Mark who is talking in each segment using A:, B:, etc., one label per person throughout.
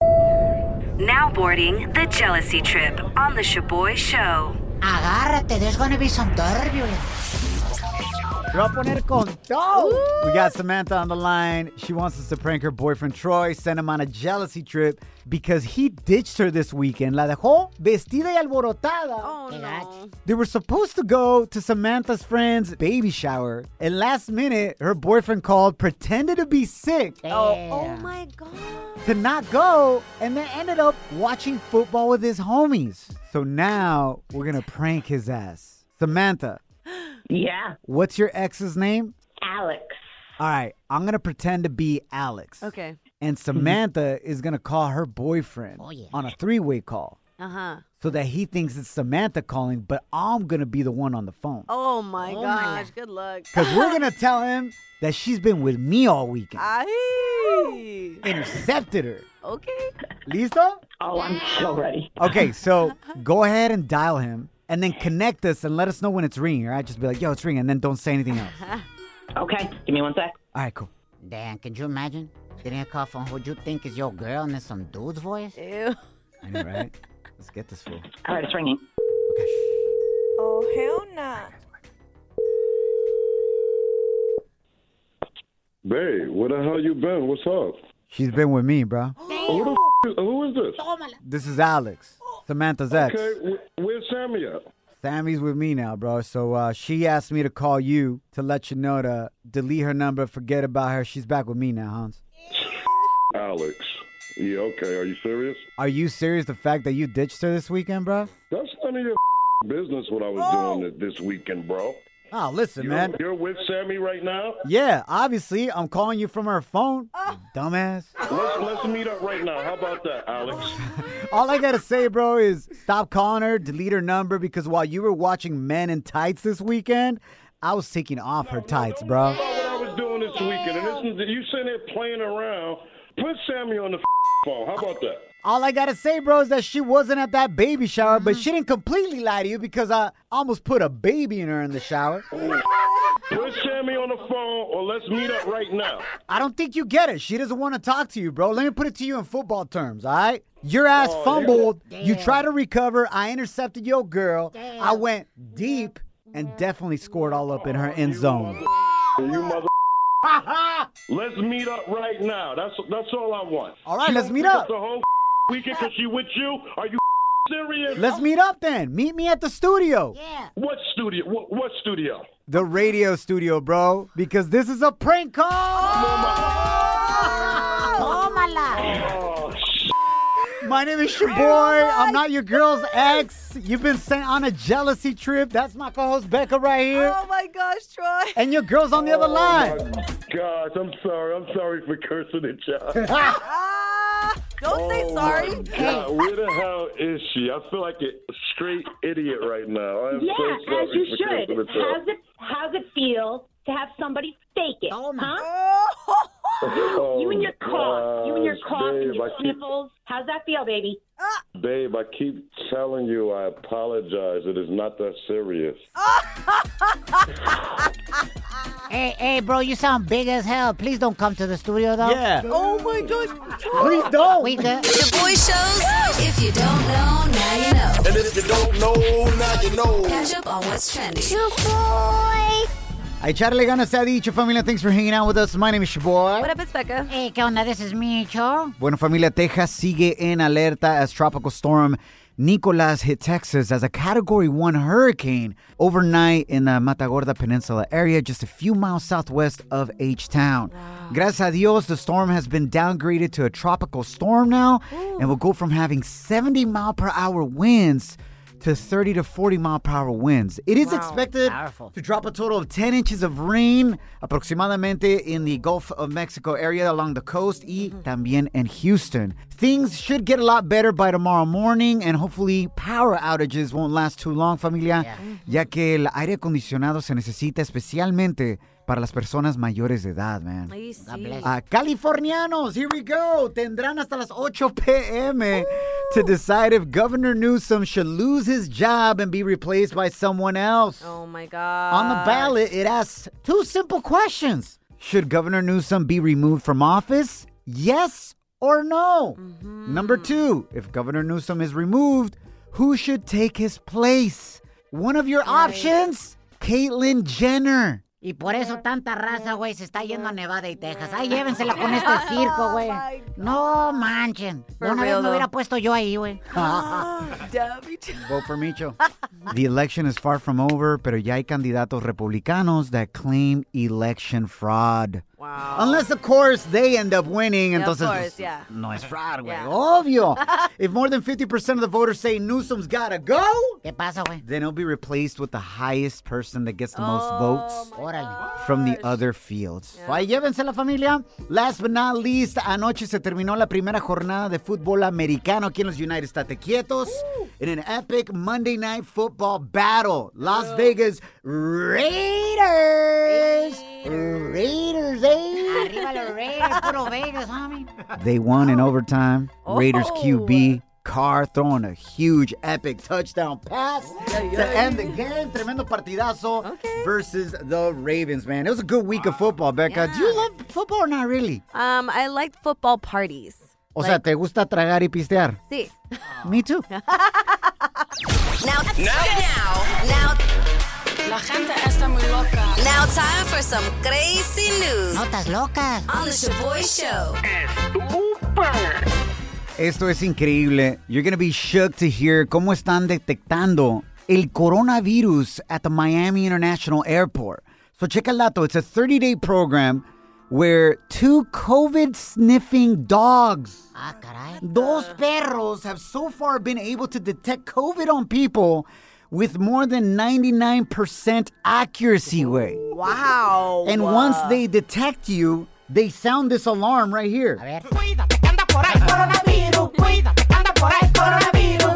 A: Now boarding the jealousy trip on the Shaboy Show.
B: Agárrate, there's gonna be some turbulence.
C: Te voy a poner con todo. We got Samantha on the line. She wants us to prank her boyfriend Troy, send him on a jealousy trip because he ditched her this weekend. La dejó vestida y alborotada.
D: Oh,
B: Qué
D: no.
B: gacho.
C: They were supposed to go to Samantha's friend's baby shower, and last minute, her boyfriend called, pretended to be sick
B: Damn.
D: Oh, my God.
C: to not go, and then ended up watching football with his homies. So now we're gonna prank his ass. Samantha,
E: Yeah,
C: what's your ex's name?
E: Alex.
C: All right, I'm gonna pretend to be Alex.
D: Okay.
C: And Samantha is gonna call her boyfriend
B: Mm-hmm. Oh, yeah.
C: on a three way call
D: Uh huh.
C: so that he thinks it's Samantha calling, but I'm gonna be the one on the phone.
D: Oh, my
B: Oh, my
D: gosh. Good luck.
C: Because we're going to tell him that she's been with me all weekend.
E: Ah.
D: Ay.
C: Intercepted her.
D: Okay.
C: Listo?
E: Oh, I'm so ready.
C: Okay, so go ahead and dial him and then connect us and let us know when it's ringing, all right? Just be like, yo, it's ringing, and then don't say anything else. All
E: Okay, give me one sec.
C: right, cool.
B: Damn, can you imagine? Getting a call from who you think is your girl and then some dude's voice?
D: Ew.
C: I know, right? Let's get this fool.
E: All right, it's ringing.
F: Oh, hell nah.
G: Babe, where the hell you been? What's up? Oh,
C: She's been with me, bro.
G: Who the f- is- who is this?
C: This is Alex, Samantha's ex.
G: Okay, wh- where's Sammy at?
C: Sammy's with me now, bro. So uh, she asked me to call you to let you know to delete her number, forget about her. She's back with me now, Hans.
G: Alex. Yeah, okay. Are you serious?
C: Are you serious? The fact that you ditched her this weekend, bro?
G: That's none of your f- business what I was doing it this weekend, bro.
C: Oh, listen,
G: You're,
C: man.
G: you're with Sammy right now?
C: Yeah, obviously, I'm calling you from her phone, you dumbass.
G: Let's let's meet up right now. How about that, Alex?
C: All I gotta say, bro, is stop calling her, delete her number, because while you were watching Men in Tights this weekend, I was taking off her tights, bro.
G: That's what I was doing this weekend. And this is, you sitting there playing around. Put Sammy on the f- phone. How about that?
C: All I gotta say, bro, is that she wasn't at that baby shower, but she didn't completely lie to you because I almost put a baby in her in the shower.
G: Put Sammy on the phone or let's meet up right now.
C: I don't think you get it. She doesn't want to talk to you, bro. Let me put it to you in football terms, all right? Your ass fumbled. You try to recover. I intercepted your girl. I went deep and definitely scored all up in her end zone.
G: You mother. let's meet up right now. That's that's all I want.
C: All right, let's meet
G: That's
C: up.
G: the whole weekend because she with you. Are you serious?
C: Let's meet up then. Meet me at the studio.
B: Yeah.
G: What studio? What, what studio?
C: The radio studio, bro, because this is a prank call.
B: Tómala.
G: Oh, sh-
C: My name is your boy. I'm not your girl's ex. You've been sent on a jealousy trip. That's my co host Becca right here.
D: Oh, my gosh, Troy.
C: And your girl's on the other line.
G: gosh, I'm sorry. I'm sorry for cursing at y'all.
D: Ah. Don't say
G: Oh, my
D: sorry.
G: God, where the hell is she? I feel like a straight idiot right now. I'm
E: Yeah,
G: so sorry
E: as you
G: for
E: should.
G: cursing at y'all.
E: How's it How's it feel to have somebody fake it?
B: Oh, my-
E: huh?
G: Oh,
E: you and your cough. You and your
G: gosh,
E: cough and
G: babe,
E: your
G: I keep-
E: sniffles. How's that feel, baby?
D: Ah.
G: Babe, I keep telling you I apologize. It is not that serious.
B: Hey, hey, bro, you sound big as hell. Please don't come to the studio, though.
C: Yeah.
D: Oh, my gosh. Troy.
C: Please don't.
B: We good?
H: The boy shows. If you don't know, now you know.
I: And if you don't know, now you know.
H: Catch up on what's trending.
C: A echarle ganas se ha dicho, familia. Thanks for hanging out with us. My name is Shaboy.
D: What up? It's Becca.
B: Hey, ¿qué onda? This is Micho.
C: Bueno, familia, Texas sigue en alerta as tropical storm Nicolas hit Texas as a Category 1 hurricane overnight in the Matagorda Peninsula area, just a few miles southwest of H-Town. Gracias a Dios, the storm has been downgraded to a tropical storm now and will go from having 70 mile per hour winds to 30 to 40 mile per hour winds. It is
B: Wow,
C: expected
B: powerful.
C: to drop a total of 10 inches of rain aproximadamente in the Gulf of Mexico area along the coast y
B: Mm-hmm.
C: también in Houston. Things should get a lot better by tomorrow morning and hopefully power outages won't last too long, familia,
B: Mm-hmm.
C: ya que el aire acondicionado se necesita especialmente para las personas mayores de edad, man.
D: Ay, sí.
B: bless.
C: Uh, Californianos, here we go. Tendrán hasta las 8 p.m. to decide if Governor Newsom should lose his job and be replaced by someone else.
D: Oh my god.
C: On the ballot, it asks two simple questions Should Governor Newsom be removed from office? Yes or no?
D: Mm-hmm.
C: Number two, if Governor Newsom is removed, who should take his place? One of your options, Caitlyn Jenner.
B: Y por eso tanta raza, güey, se está yendo a Nevada y Texas. Ay, llévensela con este circo, güey. No manchen.
D: Oh For
B: De una
D: real,
B: vez me
D: though.
B: hubiera puesto yo ahí, güey.
D: Debbie Jo-
C: Vote for Micho. the election is far from over, pero ya hay candidatos republicanos that claim election fraud.
D: Wow.
C: Unless, of course, they end up winning.
D: of
C: entonces,
D: course,
C: pues,
D: yeah.
C: no es fraud, güey.
D: Yeah.
C: Obvio. if more than 50% of the voters say Newsom's gotta go,
B: ¿Qué pasa, güey?
C: then it'll be replaced with the highest person that gets the
D: Oh,
C: most votes.
B: Órale.
C: From the other fields. Ahí llévense la familia. Last but not least, anoche se terminó la primera jornada de fútbol americano aquí en los United States Quietos. In an epic Monday night football battle, Las Vegas Raiders. Raiders, eh?
B: Arriba los Raiders, puro Vegas, homie.
C: They won in overtime. Raiders
D: Oh.
C: QB Carr throwing a huge epic touchdown pass to end the game. Tremendo partidazo
D: Okay.
C: versus the Ravens, man. It was a good week of football, Becca. Do you love football or not really?
D: Um, I like football parties.
C: O sea, ¿te gusta tragar y pistear?
D: See. Oh.
C: Me too.
H: Now, now, now, Now, time for some crazy news
B: Notas locas.
H: on the Shaboy Show.
C: Esto es increíble. You're gonna be shook to hear cómo están detectando el coronavirus at the Miami International Airport. So check el dato. It's a 30-day program where two COVID-sniffing dogs
B: Ah, caray.
C: Those perros have so far been able to detect COVID on people with more than 99% accuracy way.
D: Wow.
C: And once they detect you, they sound this alarm right here.
B: A ver.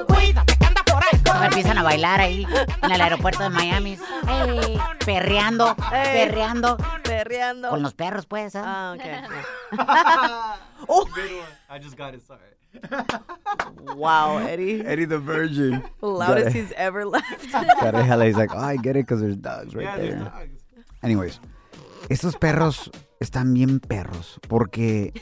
B: Luego empiezan a bailar ahí en el aeropuerto de Miami. Ey, perreando,
D: Ey.
B: perreando.
D: Perreando.
B: Con los perros, pues. ¿ah?
D: Ah, okay.
J: I just got it. Sorry.
D: wow, Eddie.
C: Eddie the Virgin.
D: Loudest he's ever laughed.
C: Got it, hella. He's like, oh, I get it because there's dogs right there. Anyways, estos perros están bien perros porque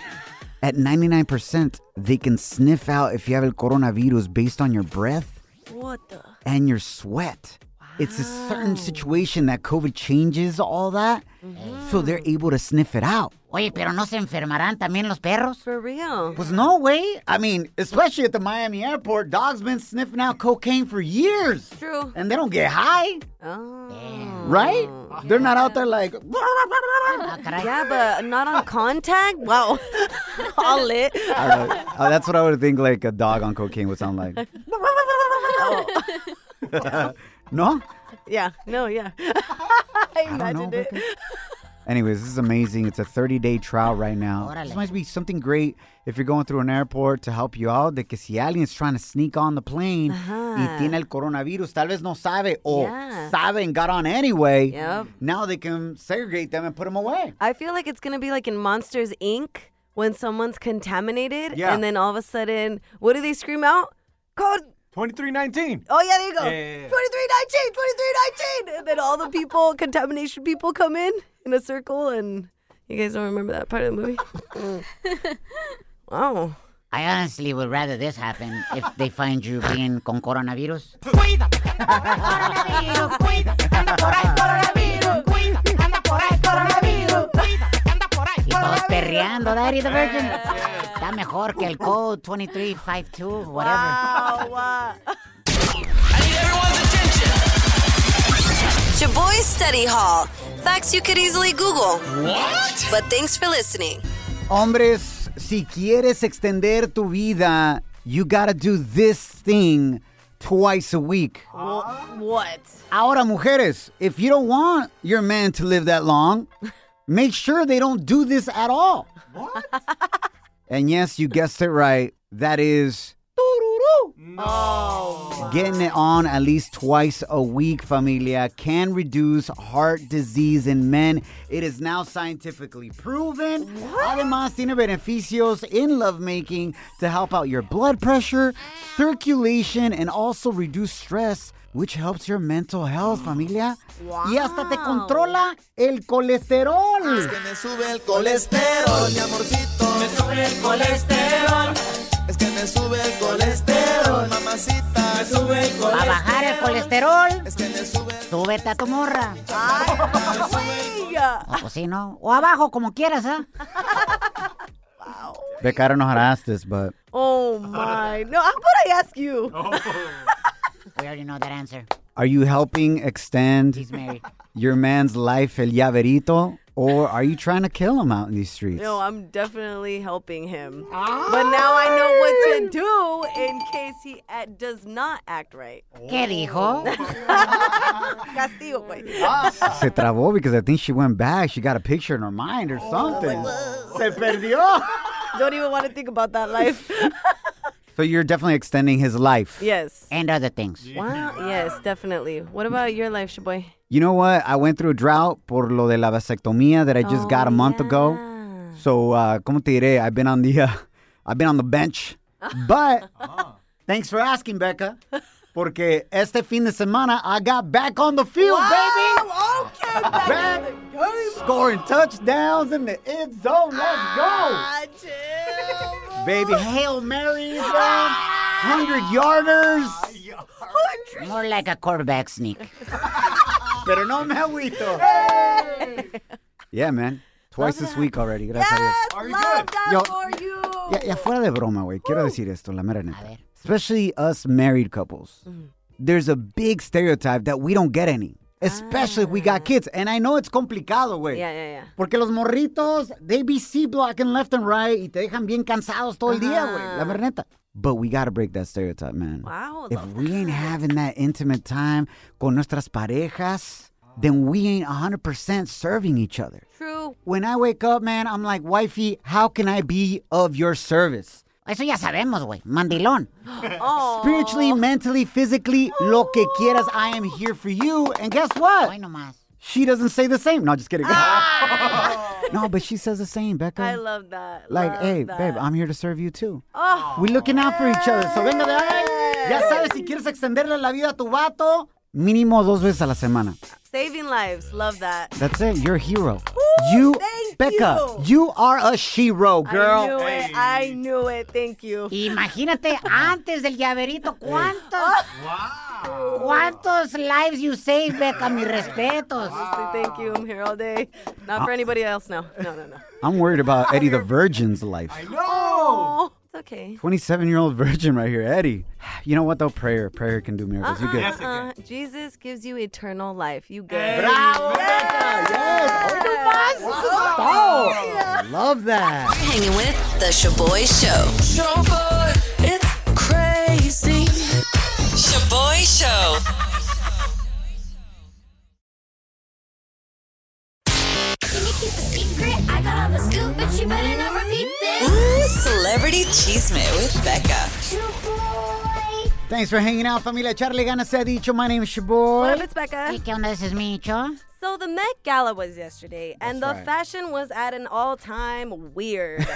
C: at 99% they can sniff out if you have el coronavirus based on your breath
D: what the?
C: and your sweat. It's a certain situation that COVID changes all that, so
D: Mm-hmm.
C: they're able to sniff it out.
B: Oye, pero no se enfermarán también los perros.
D: For real.
C: Was no way. I mean, especially at the Miami airport, dogs been sniffing out cocaine for years,
D: True.
C: Oh. and they don't get high,
D: Oh.
C: right? They're not out there like.
B: Ah, caray.
D: Yeah, but not on contact? Wow. All lit.
C: All right. Uh, that's what I would think like a dog on cocaine would sound like. no?
D: Yeah. No, yeah. I
C: I don't
D: imagined
C: know,
D: it.
C: Becca. Anyways, this is amazing. It's a 30 day trial right now.
B: Órale.
C: This might be something great if you're going through an airport to help you out. De que si alguien is trying to sneak on the plane y
D: Ajá.
C: tiene el coronavirus, tal vez no sabe o
D: Yeah.
C: sabe and got on anyway.
D: Yep.
C: Now they can segregate them and put them away.
D: I feel like it's going to be like in Monsters Inc. when someone's contaminated
C: Yeah.
D: and then all of a sudden, what do they scream out? Code.
J: 2319.
D: Oh, yeah, there you go.
J: Yeah, yeah,
D: 2319,
J: yeah.
D: 2319. And then all the people, contamination people come in in a circle and you guys don't remember that part of the movie? wow.
B: I honestly would rather this happen if they find you being con coronavirus. Y todos perreando, Daddy the Virgin. Está mejor que el code 2352, whatever.
D: Wow, wow.
H: Shaboy Study Hall. Facts you could easily Google. What? But thanks for listening.
C: Hombres, si quieres extender tu vida, you gotta do this thing twice a week.
D: What?
C: Ahora, mujeres, if you don't want your man to live that long, make sure they don't do this at all. What? And yes, you guessed it right. That is Getting it on at least twice a week, familia, can reduce heart disease in men. It is now scientifically proven. Además, tiene beneficios in lovemaking to help out your blood pressure, circulation, and also reduce stress, which helps your mental health, familia. Y hasta te controla el colesterol.
I: Que me sube el colesterol, mi amorcito. Me sube el colesterol. Es que me sube el colesterol, mamacita. Me sube el colesterol.
B: Para bajar el colesterol,
I: Es que me sube el
B: súbete a tu morra.
D: Güey.
B: O pues sí, ¿no? O abajo, como quieras, ¿ah?
C: Becaron nos harastes, but
D: Oh my. No, how about I ask you?
B: We already know that answer.
C: are you helping extend
B: He's married.
C: your man's life el llaverito or are you trying to kill him out in these streets?
D: No, I'm definitely helping him. But now I know what to do in case he a- does not act right.
B: ¿Qué dijo?
D: Castigo, pues.
C: Se trabó because I think she went back. She got a picture in her mind
D: Oh,
C: or something. Se perdió.
D: Don't even want to think about that life.
C: So you're definitely extending his life.
D: yes.
B: And other things.
D: Wow. Yes, definitely. What about your life, Shaboy?
C: You know what? I went through a drought por lo de la vasectomía that I just
D: Oh,
C: got a month ago.
D: yeah.
C: So, uh, como te diré, I've been on the, uh, I've been on the bench. But thanks for asking, Becca. Porque este fin de semana I got back on the field, baby.
D: Wow, okay, back
C: Back.
D: in the game.
C: Scoring touchdowns in the end zone. Let's go.
D: Ah, chill.
C: Baby, Hail Marys, man. 100 yarders.
B: More like a quarterback sneak.
C: Pero no me agüito. Yeah, man. Twice this week already. Gracias a Dios.
D: Yes, love that
C: Yo-
D: for you.
C: Ya, ya fuera de broma, güey. Quiero decir esto, la mera
B: A
C: neta.
B: ver. Mm.
C: Especially us married couples. There's a big stereotype that we don't get any. Especially if we
B: Ah.
C: got kids. And I know it's complicado, güey.
D: Yeah, yeah, yeah.
C: Porque los morritos, they be C-blocking left and right y te dejan bien cansados todo el día, güey. La mera neta. But we gotta break that stereotype, man.
D: Wow.
C: If we ain't having that intimate time con nuestras parejas, then we ain't 100% serving each other.
D: True.
C: When I wake up, man, I'm like, wifey, how can I be of your service?
B: Eso ya sabemos, güey. Mandilón.
C: Spiritually, mentally, physically, lo que quieras, I am here for you. And guess what?
B: Hoy nomás.
C: She doesn't say the same. No, just kidding. no, but she says the same, Becca.
D: Ah. I love that.
C: like,
D: love
C: hey,
D: that.
C: babe, I'm here to serve you too.
D: Oh.
C: We looking out for each other. So venga de ahí. Ya sabes, si quieres extenderle la vida a tu vato, mínimo dos veces a la semana.
D: Saving lives. Love that.
C: That's it. You're a hero. you,
D: thank
C: Becca, you. are a shero,
D: I
C: girl.
D: knew it. I knew it. Thank you.
B: Imagínate antes del llaverito, ¿cuántos? ¿Cuántos lives you save, Beca? Mis respetos.
D: Honestly, thank you. I'm here all day. Not for anybody else now. No, no, no.
C: I'm worried about Eddie the Virgin's life.
D: Oh, it's okay.
C: 27 year old virgin right here, Eddie. You know what though? Prayer, prayer can do miracles. You good?
D: Uh, Jesus gives you eternal life. You good?
C: Bravo, Becca. Yes. Oh, my God. Oh, love that.
H: Hanging with the Shaboy Show. Shaboy, it's crazy. Shaboy Show. Ooh, Celebrity Cheesemate with Becca.
C: Thanks for hanging out, familia. Charlie Gana se ha dicho. My name is Shaboy.
D: What up, it's Becca.
B: ¿Y qué onda? Ese es mi cho?
D: So the Met Gala was yesterday, and the fashion was at an all-time weird.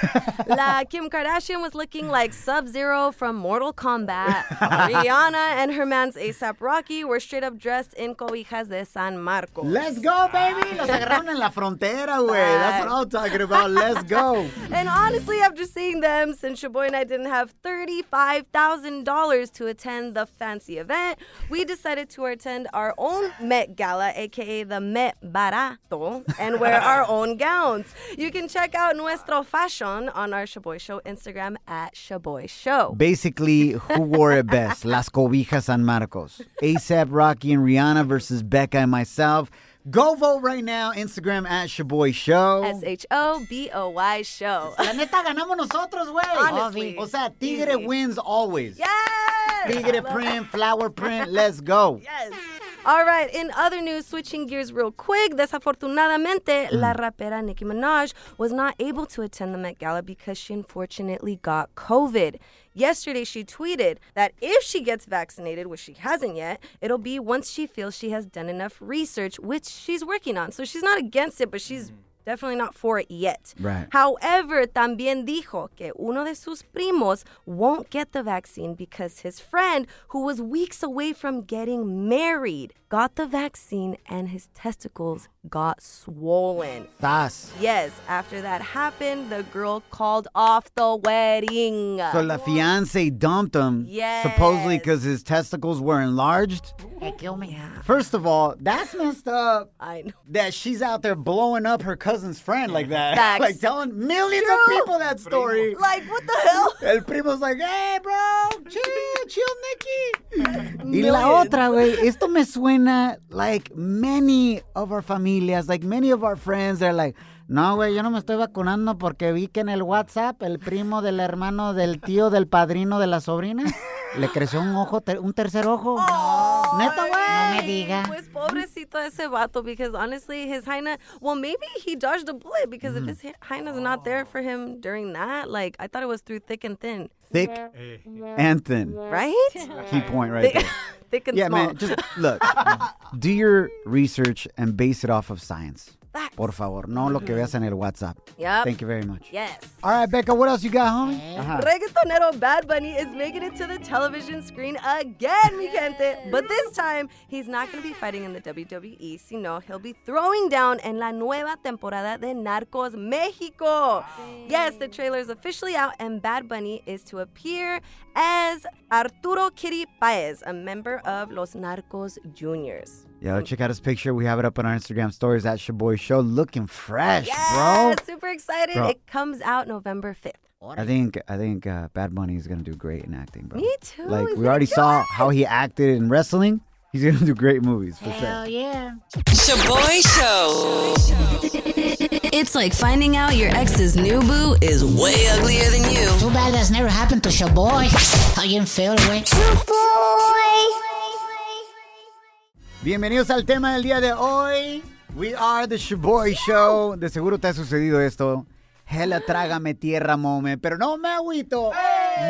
D: La Kim Kardashian was looking like Sub-Zero from Mortal Kombat. Rihanna and her man's ASAP Rocky were straight up dressed in cobijas de San Marcos.
C: Let's go, baby.
D: Ah.
C: Los agarraron en la frontera, güey. That's what I'm talking about. Let's go.
D: And honestly, after seeing them, since your boy and I didn't have $35,000 to attend the fancy event, we decided to attend our own Met Gala, aka the Met Barato, and wear our own gowns. You can check out Nuestro Fashion on our Shaboy Show Instagram at Shaboy Show.
C: Basically, who wore it best? Las Cobijas San Marcos. ASAP Rocky and Rihanna versus Becca and myself. Go vote right now. Instagram at Shaboy Show.
D: S H O B O Y Show.
C: La neta, ganamos nosotros, güey.
D: Honestly.
C: O sea, Tigre
D: Easy.
C: wins always.
D: Yes!
C: Tigre print, flower print, let's go.
D: Yes. All right, in other news, switching gears real quick. Desafortunadamente, la rapera Nicki Minaj was not able to attend the Met Gala because she unfortunately got COVID. Yesterday, she tweeted that if she gets vaccinated, which she hasn't yet, it'll be once she feels she has done enough research, which she's working on. So she's not against it, but she's definitely not for it yet.
C: Right.
D: However, también dijo que uno de sus primos won't get the vaccine because his friend, who was weeks away from getting married, got the vaccine and his testicles got swollen.
C: Sas.
D: Yes, after that happened, the girl called off the wedding.
C: So la fiance dumped him, supposedly because his testicles were enlarged.
B: Hey, kill me.
C: First of all, that's messed up.
D: I know.
C: That she's out there blowing up her cousin's friend like that,
D: Facts.
C: like telling millions of
D: True.
C: people that story.
D: Like, what the hell?
C: El primo's like, hey, bro, chill, chill, Nikki. y la
D: Millions.
C: otra, güey, esto me suena like many of our familias, like many of our friends, they're like, no, güey, yo no me estoy vacunando porque vi que en el WhatsApp el primo del hermano del tío del padrino de la sobrina le creció un ojo, ter- un tercer ojo. Neta,
B: No
C: güey.
B: me diga.
D: Pues pobrecito ese vato because honestly his hyena well maybe he dodged a bullet because
C: Mm-hmm.
D: if his hy- hyena's not there for him during that like I thought it was through thick and thin
C: Thick and thin.
D: right
C: Key point right there.
D: thick and
C: Yeah,
D: small
C: man, just look. do your research and base it off of science.
D: Facts.
C: Por favor, no lo que veas en el WhatsApp.
D: Yep.
C: Thank you very much.
D: yes
C: All right, Becca, what else you got, homie? Uh-huh.
D: Reggaetonero Bad Bunny is making it to the television screen again, mi gente. But this time, he's not going to be fighting in the WWE, sino he'll be throwing down en la nueva temporada de Narcos Mexico. Yes, the trailer is officially out, and Bad Bunny is to appear as Arturo Kitty Paez, a member of Los Narcos Juniors.
C: Yo, check out his picture. We have it up on our Instagram stories at Shaboy Show. Looking fresh,
D: Yes, super excited.
C: Bro.
D: It comes out November 5th.
C: bro. I think I think uh, Bad Bunny is gonna do great in acting, bro.
D: Me too,
C: Like
D: he's
C: we
D: gonna
C: already
D: do
C: saw
D: it.
C: how he acted in wrestling. He's gonna do great movies for
B: Hell
C: sure.
B: yeah.
H: Shaboy Show. It's like finding out your ex's new boo is way uglier than you.
B: Too bad that's never happened to your boy. How you feel, güey?
C: Bienvenidos al tema del día de hoy. We are the Shaboy Show. De seguro te ha sucedido esto. Hella trágame tierra moment, pero no me agüito.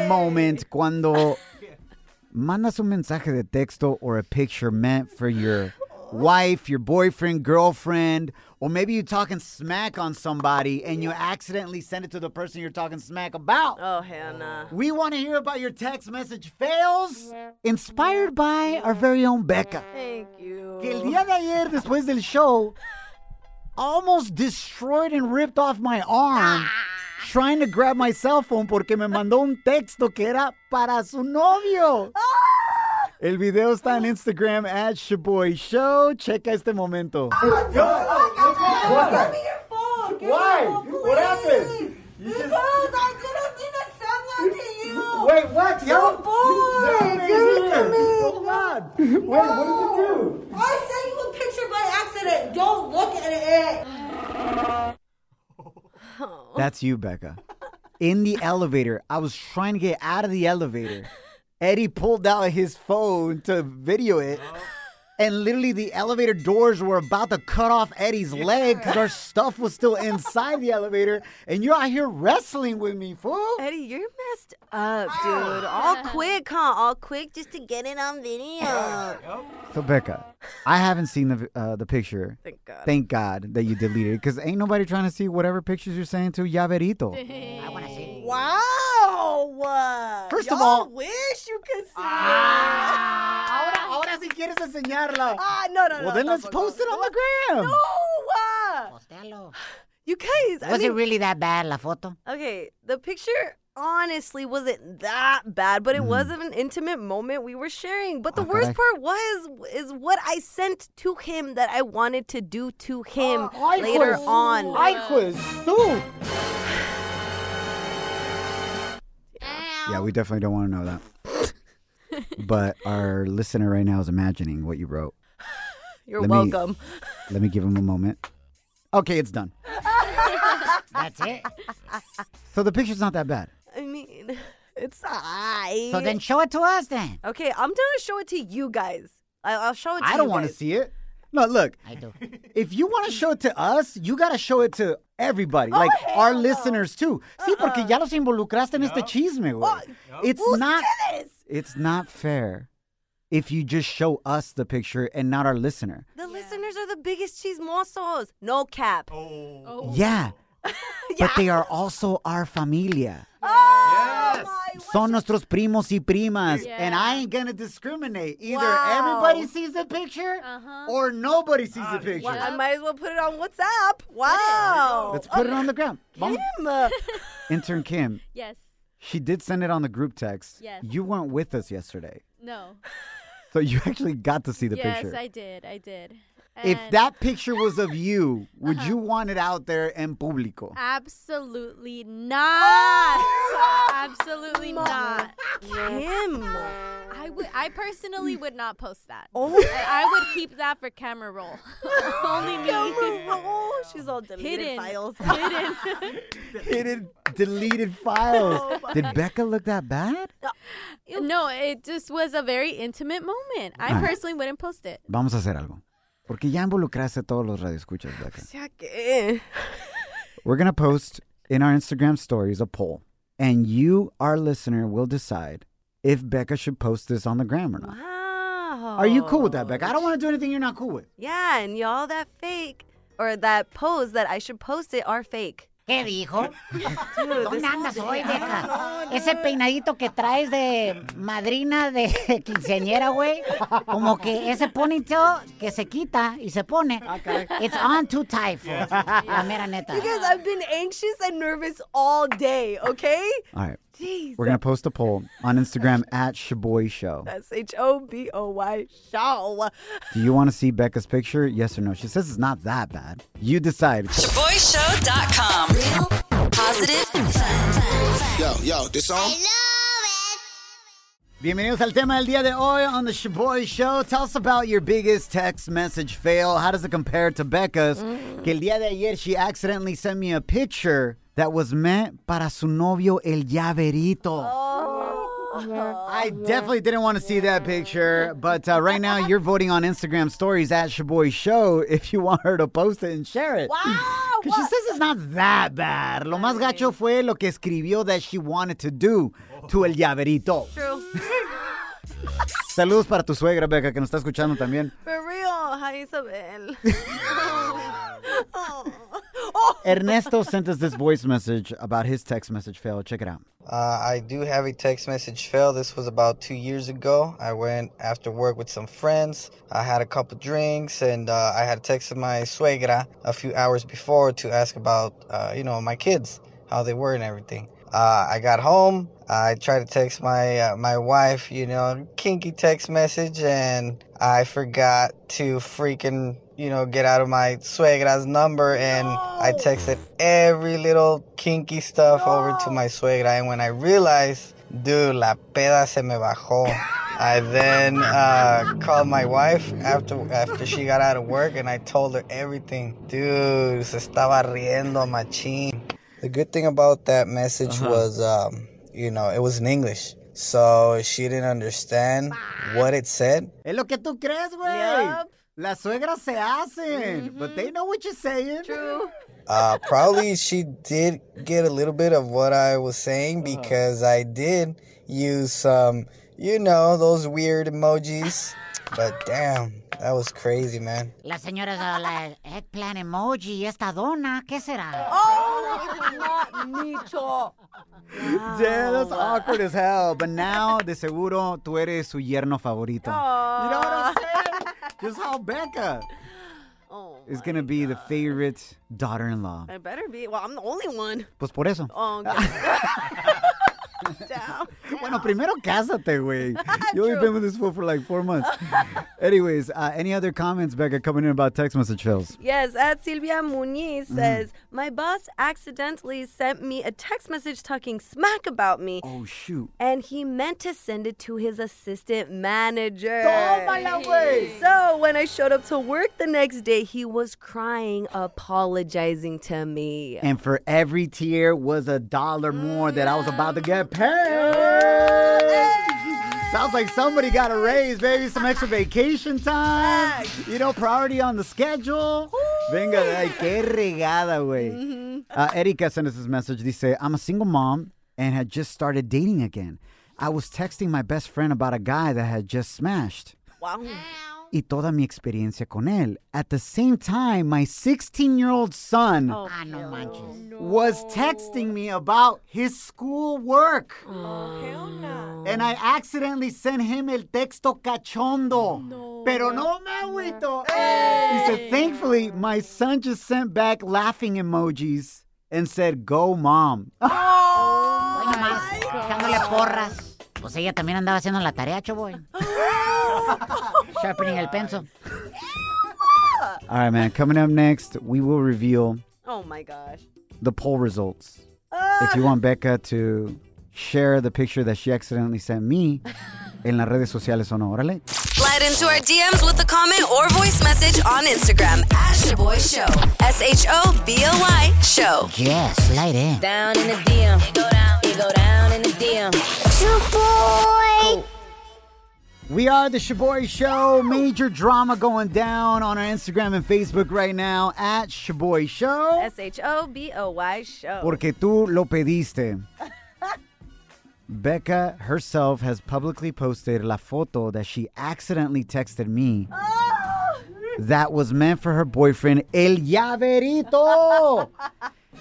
C: Moment cuando mandas un mensaje de texto or a picture meant for your wife, your boyfriend, girlfriend, or maybe you're talking smack on somebody and you accidentally send it to the person you're talking smack about.
D: Oh, hell nah.
C: We want to hear about your text message fails, inspired by our very own Becca.
D: Thank you.
C: Que el día de ayer, después del show, almost destroyed and ripped off my arm trying to grab my cell phone porque me mandó un texto que era para su novio. El video está en Instagram at Shaboy Show. Checa este momento. Why? What happened?
I: Because I didn't need a someone to you.
C: Wait, what? Yo,
I: boy, give it to me.
C: Hold on. Oh, Wait, what did you do?
I: I sent you a picture by accident. Don't look at it.
C: That's you, Becca. In the elevator, I was trying to get out of the elevator. Eddie pulled out his phone to video it. And literally, the elevator doors were about to cut off Eddie's leg because our stuff was still inside the elevator. And you're out here wrestling with me, fool.
D: Eddie, you're messed up, dude. All quick, huh? All quick just to get it on video.
C: So, Becca, I haven't seen the uh, the picture.
D: Thank God.
C: Thank God that you deleted it because ain't nobody trying to see whatever pictures you're saying to Yaverito.
B: I wanna see.
D: Wow! Uh,
C: First of all-
D: wish you could see.
C: ahora, ahora si quieres enseñarla.
D: Ah, no, no, no.
C: Well, then let's
D: tampoco.
C: post it on the gram.
D: No!
B: Postealo.
D: You guys, I
B: Was it
D: mean,
B: really that bad, la foto?
D: okay, the picture honestly wasn't that
C: Mm-hmm.
D: bad, but it was an intimate moment we were sharing. But the
C: Ah,
D: worst
C: caray.
D: part was is what I sent to him that I wanted to do to him later on.
C: tú. Yeah, we definitely don't want to know that. but our listener right now is imagining what you wrote.
D: You're
C: Let me-
D: welcome.
C: Let me give him a moment. Okay, it's done.
B: That's it.
C: So the picture's not that bad.
D: I mean, It's I.
B: So then show it to us then.
D: Okay, I'm gonna show it to you guys. I- I'll show it. to
C: I don't want to see it. No, look.
B: I do.
C: If you want to show it to us, you got to show it to everybody,
K: Oh,
C: like our listeners too. Sí,
B: Uh-uh.
C: porque ya los involucraste en este chisme, güey.
B: Oh,
C: It's not
D: This.
C: it's not fair if you just show us the picture and not our listener.
D: The listeners are the biggest cheese mozos. No cap.
C: Yeah. But they are also our familia.
D: Oh,
C: Son nuestros primos y primas. And I ain't gonna discriminate. Either
D: Wow.
C: everybody sees the picture or nobody sees the picture.
D: I might as well put it on WhatsApp. Wow.
C: Let's put it on the ground.
K: Oh,
C: Vamos.
D: Kim.
C: Intern Kim,
K: Yes.
C: she did send it on the group text.
K: Yes.
C: You weren't with us yesterday.
K: No.
C: So you actually got to see the
K: yes,
C: picture.
K: I did. I did. Uh-huh.
C: if
K: And
C: that picture was of you, would you want it out there en público?
K: Absolutely not. Absolutely not.
D: Kim.
K: I would. I personally would not post that.
D: Oh.
K: I I would keep that for camera roll. Only me.
D: Oh, she's all deleted
K: Hidden.
D: files.
K: Hidden.
C: Hidden, deleted files.
K: Oh
C: Did Becca look that bad?
K: no, it just was a very intimate moment. I
C: Ah.
K: personally wouldn't post it.
C: Vamos a hacer algo. Porque ya involucraste a todos los radioescuchas, Becca.
D: Ya que-
C: We're going to post in our Instagram stories a poll. And you, our listener, will decide if Becca should post this on the gram or not.
D: Wow.
C: Are you cool with that, Becca? I don't want to do anything you're not cool with.
D: Oh. Yeah, and y'all that fake or that pose that I should post it are fake.
B: ¿Qué dijo?
D: this
B: ¿Dónde andas
D: whole
B: hoy,
D: day-
B: Beca? Ese peinadito que traes de madrina de quinceañera, güey. Como que ese ponytail que se quita y se pone. It's on too tight, fool. La mera neta.
D: Because I've been anxious and nervous all day, okay?
C: All right.
D: Jeez.
C: We're going to post a poll on Instagram at Shaboy Show.
D: S H O B O Y show.
C: Do you want to see Becca's picture? Yes or no? She says it's not that bad. You decide.
H: Shaboyshow.com. Real, positive, fun.
I: Yo, yo, this song?
C: Bienvenidos al tema del día de hoy on the Shaboy Show. Tell us about your biggest text message fail. How does it compare to Becca's? Que el día de ayer she accidentally sent me a picture that was meant para su novio el llaverito.
D: Oh,
C: I definitely didn't want to see that picture, but uh, right now you're voting on Instagram stories at Shaboy Show if you want her to post it and share it.
D: Wow.
C: Because she says it's not that bad. Lo más gacho fue lo que escribió that she wanted to do to el llaverito.
D: True.
C: Saludos para tu suegra, Beca, que nos está escuchando también.
D: For real. Hi, Isabel. Oh.
C: Ernesto sent us this voice message about his text message fail. Check it out.
L: Uh, I do have a text message fail. This was about two years ago. I went after work with some friends. I had a couple drinks, and uh, I had texted my suegra a few hours before to ask about, uh, you know, my kids, how they were, and everything. Uh, I got home. I tried to text my uh, my wife, you know, kinky text message, and I forgot to freaking, you know, get out of my suegra's number, and I texted every little kinky stuff over to my suegra, and when I realized, dude, la peda se me bajó. I then uh, called my wife after after she got out of work, and I told her everything. Dude, se estaba riendo machín. The good thing about that message was, um, you know, it was in English. So she didn't understand what it said.
C: Es lo que tú crees, güey.
D: Yup. Mm-hmm.
C: Las suegras se hacen, but they know what you're saying.
D: True.
L: Uh, probably she did get a little bit of what I was saying because I did use some, you know, those weird emojis. But damn, that was crazy, man.
B: La señora es la eggplant emoji y esta dona, ¿qué será?
D: Oh, it's not Micho.
C: Yeah, that's awkward as hell. But now, de seguro, tú eres su yerno favorito. You know what I'm saying? Just how Becca
D: Oh,
C: is going to be the favorite daughter in law.
D: I better be. Well, I'm the only one.
C: Pues por eso.
D: Oh, okay. Damn.
C: Bueno, primero cásate, güey. You only been with this fool for like four months. Anyways, uh, any other comments, Becca, coming in about text message fails?
D: Yes, at Silvia Muñiz says, My boss accidentally sent me a text message talking smack about me,
C: Oh, shoot.
D: and he meant to send it to his assistant manager.
C: Tómala, güey.
D: So when I showed up to work the next day, he was crying, apologizing to me.
C: And for every tier was a dollar more that I was about to get paid. Sounds like somebody got a raise, baby. Some extra vacation time. You know, priority on the schedule. Venga, ay, qué regada, güey. Uh, Erika sent us this message. Dice, I'm a single mom and had just started dating again. I was texting my best friend about a guy that had just smashed.
D: Wow.
C: y toda mi experiencia con él. At the same time, my 16 year old son
B: Ah, no manches.
C: was texting me about his school work. And I accidentally sent him el texto cachondo. Pero no me agüito. He said, thankfully, my son just sent back laughing emojis and said, go mom.
B: Hoy nomás, echándole porras. Pues ella también andaba haciendo la tarea, choboy. Sharpening el penso.
C: All right, man. Coming up next, we will reveal
D: Oh my gosh.
C: the poll results. If you want Becca to share the picture that she accidentally sent me en las redes sociales o no, órale.
H: Slide into our DMs with a comment or voice message on Instagram at Shaboy Show. S H O B O Y Show.
B: Yes, slide in.
H: Down in the DM. You go down. You go down in the DM. Shaboy.
C: We are the Shaboy Show. Major drama going down on our Instagram and Facebook right now at Shaboy Show.
D: S H O B O Y show.
C: Porque tú lo pediste. Becca herself has publicly posted la foto that she accidentally texted me that was meant for her boyfriend, El Llaverito.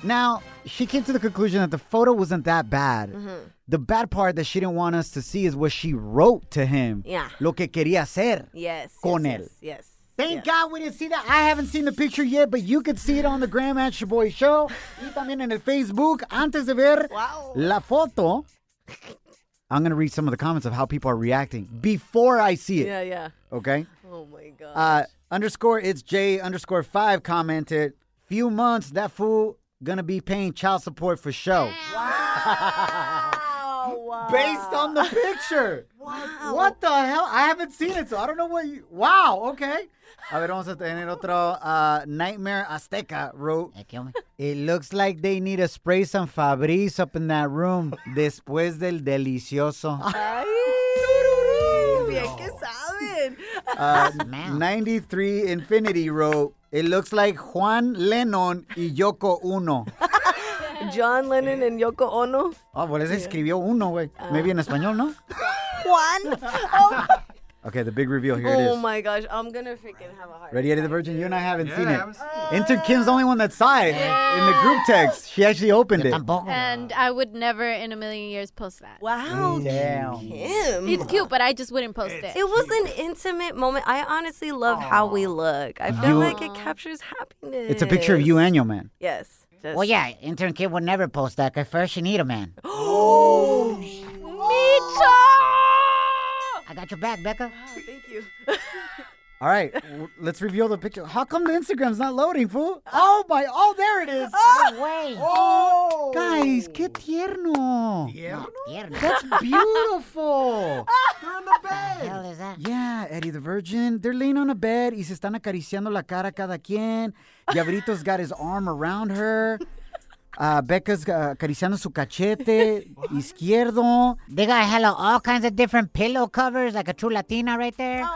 C: now, she came to the conclusion that the photo wasn't that bad. The bad part that she didn't want us to see is what she wrote to him.
D: Yeah.
C: Lo que quería hacer.
D: Yes.
C: Con él.
D: yes, Yes. yes.
C: Thank God we didn't see that. I haven't seen the picture yet, but you can see it on the Gram at Shaboy Show. Y también en el Facebook. Antes de ver la foto, I'm going to read some of the comments of how people are reacting before I see it.
D: Yeah, yeah.
C: Okay?
D: Oh my god.
C: Uh, underscore, it's J underscore five commented, few months, that fool gonna be paying child support for show.
D: wow.
C: Based on the picture.
D: Wow.
C: What the hell? I haven't seen it, so I don't know what you. Wow, okay. A ver, vamos a tener otro. Uh, Nightmare Azteca wrote,
B: Eh, ¿qué hombre?
C: It looks like they need to spray some Febreze up in that room después del delicioso.
D: Ay, bien que saben.
C: Uh,
B: Smell.
C: 93 Infinity wrote, It looks like Juan Lennon y Yoko Uno.
D: John Lennon and Yoko Ono.
C: Oh, well, ese escribió uno, güey. Maybe en español, ¿no?
D: Juan. Oh, my-
C: Okay, the big reveal. Here it
D: oh
C: is.
D: my gosh, I'm gonna freaking have a heart.
C: Ready, Eddie the Virgin? You and I haven't seen
J: I
C: it.
J: haven't seen
C: Enter Kim's the only one that saw it in the group text. She actually opened
B: Yo
C: it.
B: tampoco.
K: And I would never in a million years post that.
D: Wow,
C: Damn.
D: Kim.
K: It's cute, but I just wouldn't post it.
D: It was an intimate moment. I honestly love how we look. I feel
C: You-
D: like it captures happiness.
C: It's a picture of you and your man.
D: Yes. Just
B: Well, yeah, intern kid would never post that because first she need a man. I got your back, Becca.
D: Thank you.
C: All right, w- let's reveal the picture. How come the Instagram's not loading, fool? Oh my! Oh, there it is.
B: No way.
C: Oh, guys, qué tierno.
B: Tierno.
C: That's beautiful. They're on the
B: What the
C: bed.
B: hell is that?
C: Yeah, Eddie the Virgin. They're laying on a bed y se están acariciando la cara cada quien. Diabrito's got his arm around her. Uh, Becca's uh, acariciando su cachete izquierdo.
B: They got hella all kinds of different pillow covers, like a true Latina right there.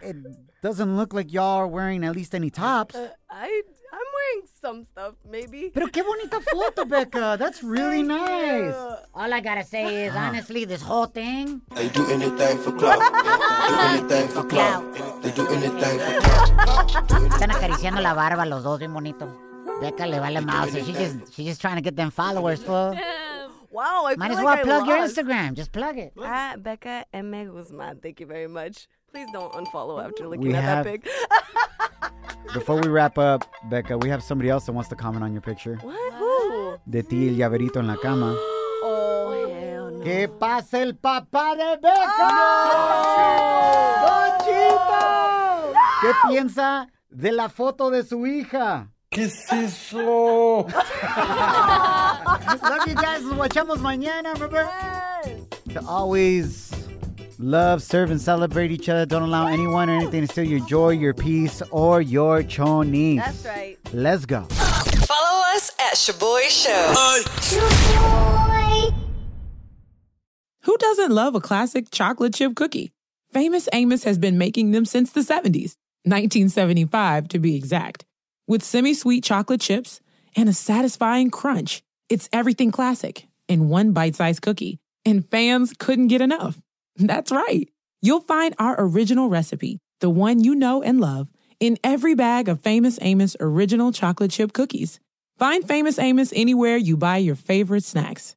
C: It doesn't look like y'all are wearing at least any tops.
D: I I'm wearing some stuff, maybe.
C: Pero qué bonita foto, Becca. That's really nice.
B: All I gotta say is, honestly, this whole thing,
I: Uh-huh. They do anything for clout. They do anything for clout. They do anything for clout.
B: están acariciando la barba los dos, bien bonito. Becca le vale mouse. She just, she just trying to get them followers, fool.
D: Wow, I
B: Might
D: feel like
B: as well
D: I
B: plug your
D: lost.
B: Instagram. Just plug it.
D: At Becca M. Guzman. Thank you very much. Please don't unfollow after looking
C: We
D: at
C: have-
D: that pic.
C: Before we wrap up, Becca, we have somebody else that wants to comment on your picture.
D: what? Who?
C: De ti el llaverito en la cama.
D: Oh hell no.
C: ¿Qué pasa el papá de Becca? ¡Don Chito! ¿Qué piensa de la foto de su hija?
G: ¿Qué es eso?
C: Love you guys. Nos guachamos mañana, remember? To always love, serve, and celebrate each other. Don't allow anyone or anything to steal your joy, your peace, or your chonis.
D: That's right.
C: Let's go.
H: Follow us at Shaboy Show.
M: Who
B: doesn't love a classic chocolate chip cookie? Famous Amos has been making them since the 70s, 1975 to be exact. With semi sweet chocolate chips and a satisfying crunch, it's everything classic in one bite sized cookie, and fans couldn't get enough. That's right. You'll find our original recipe, the one you know and love, in every bag of Famous Amos original chocolate chip cookies. Find Famous Amos anywhere you buy your favorite snacks.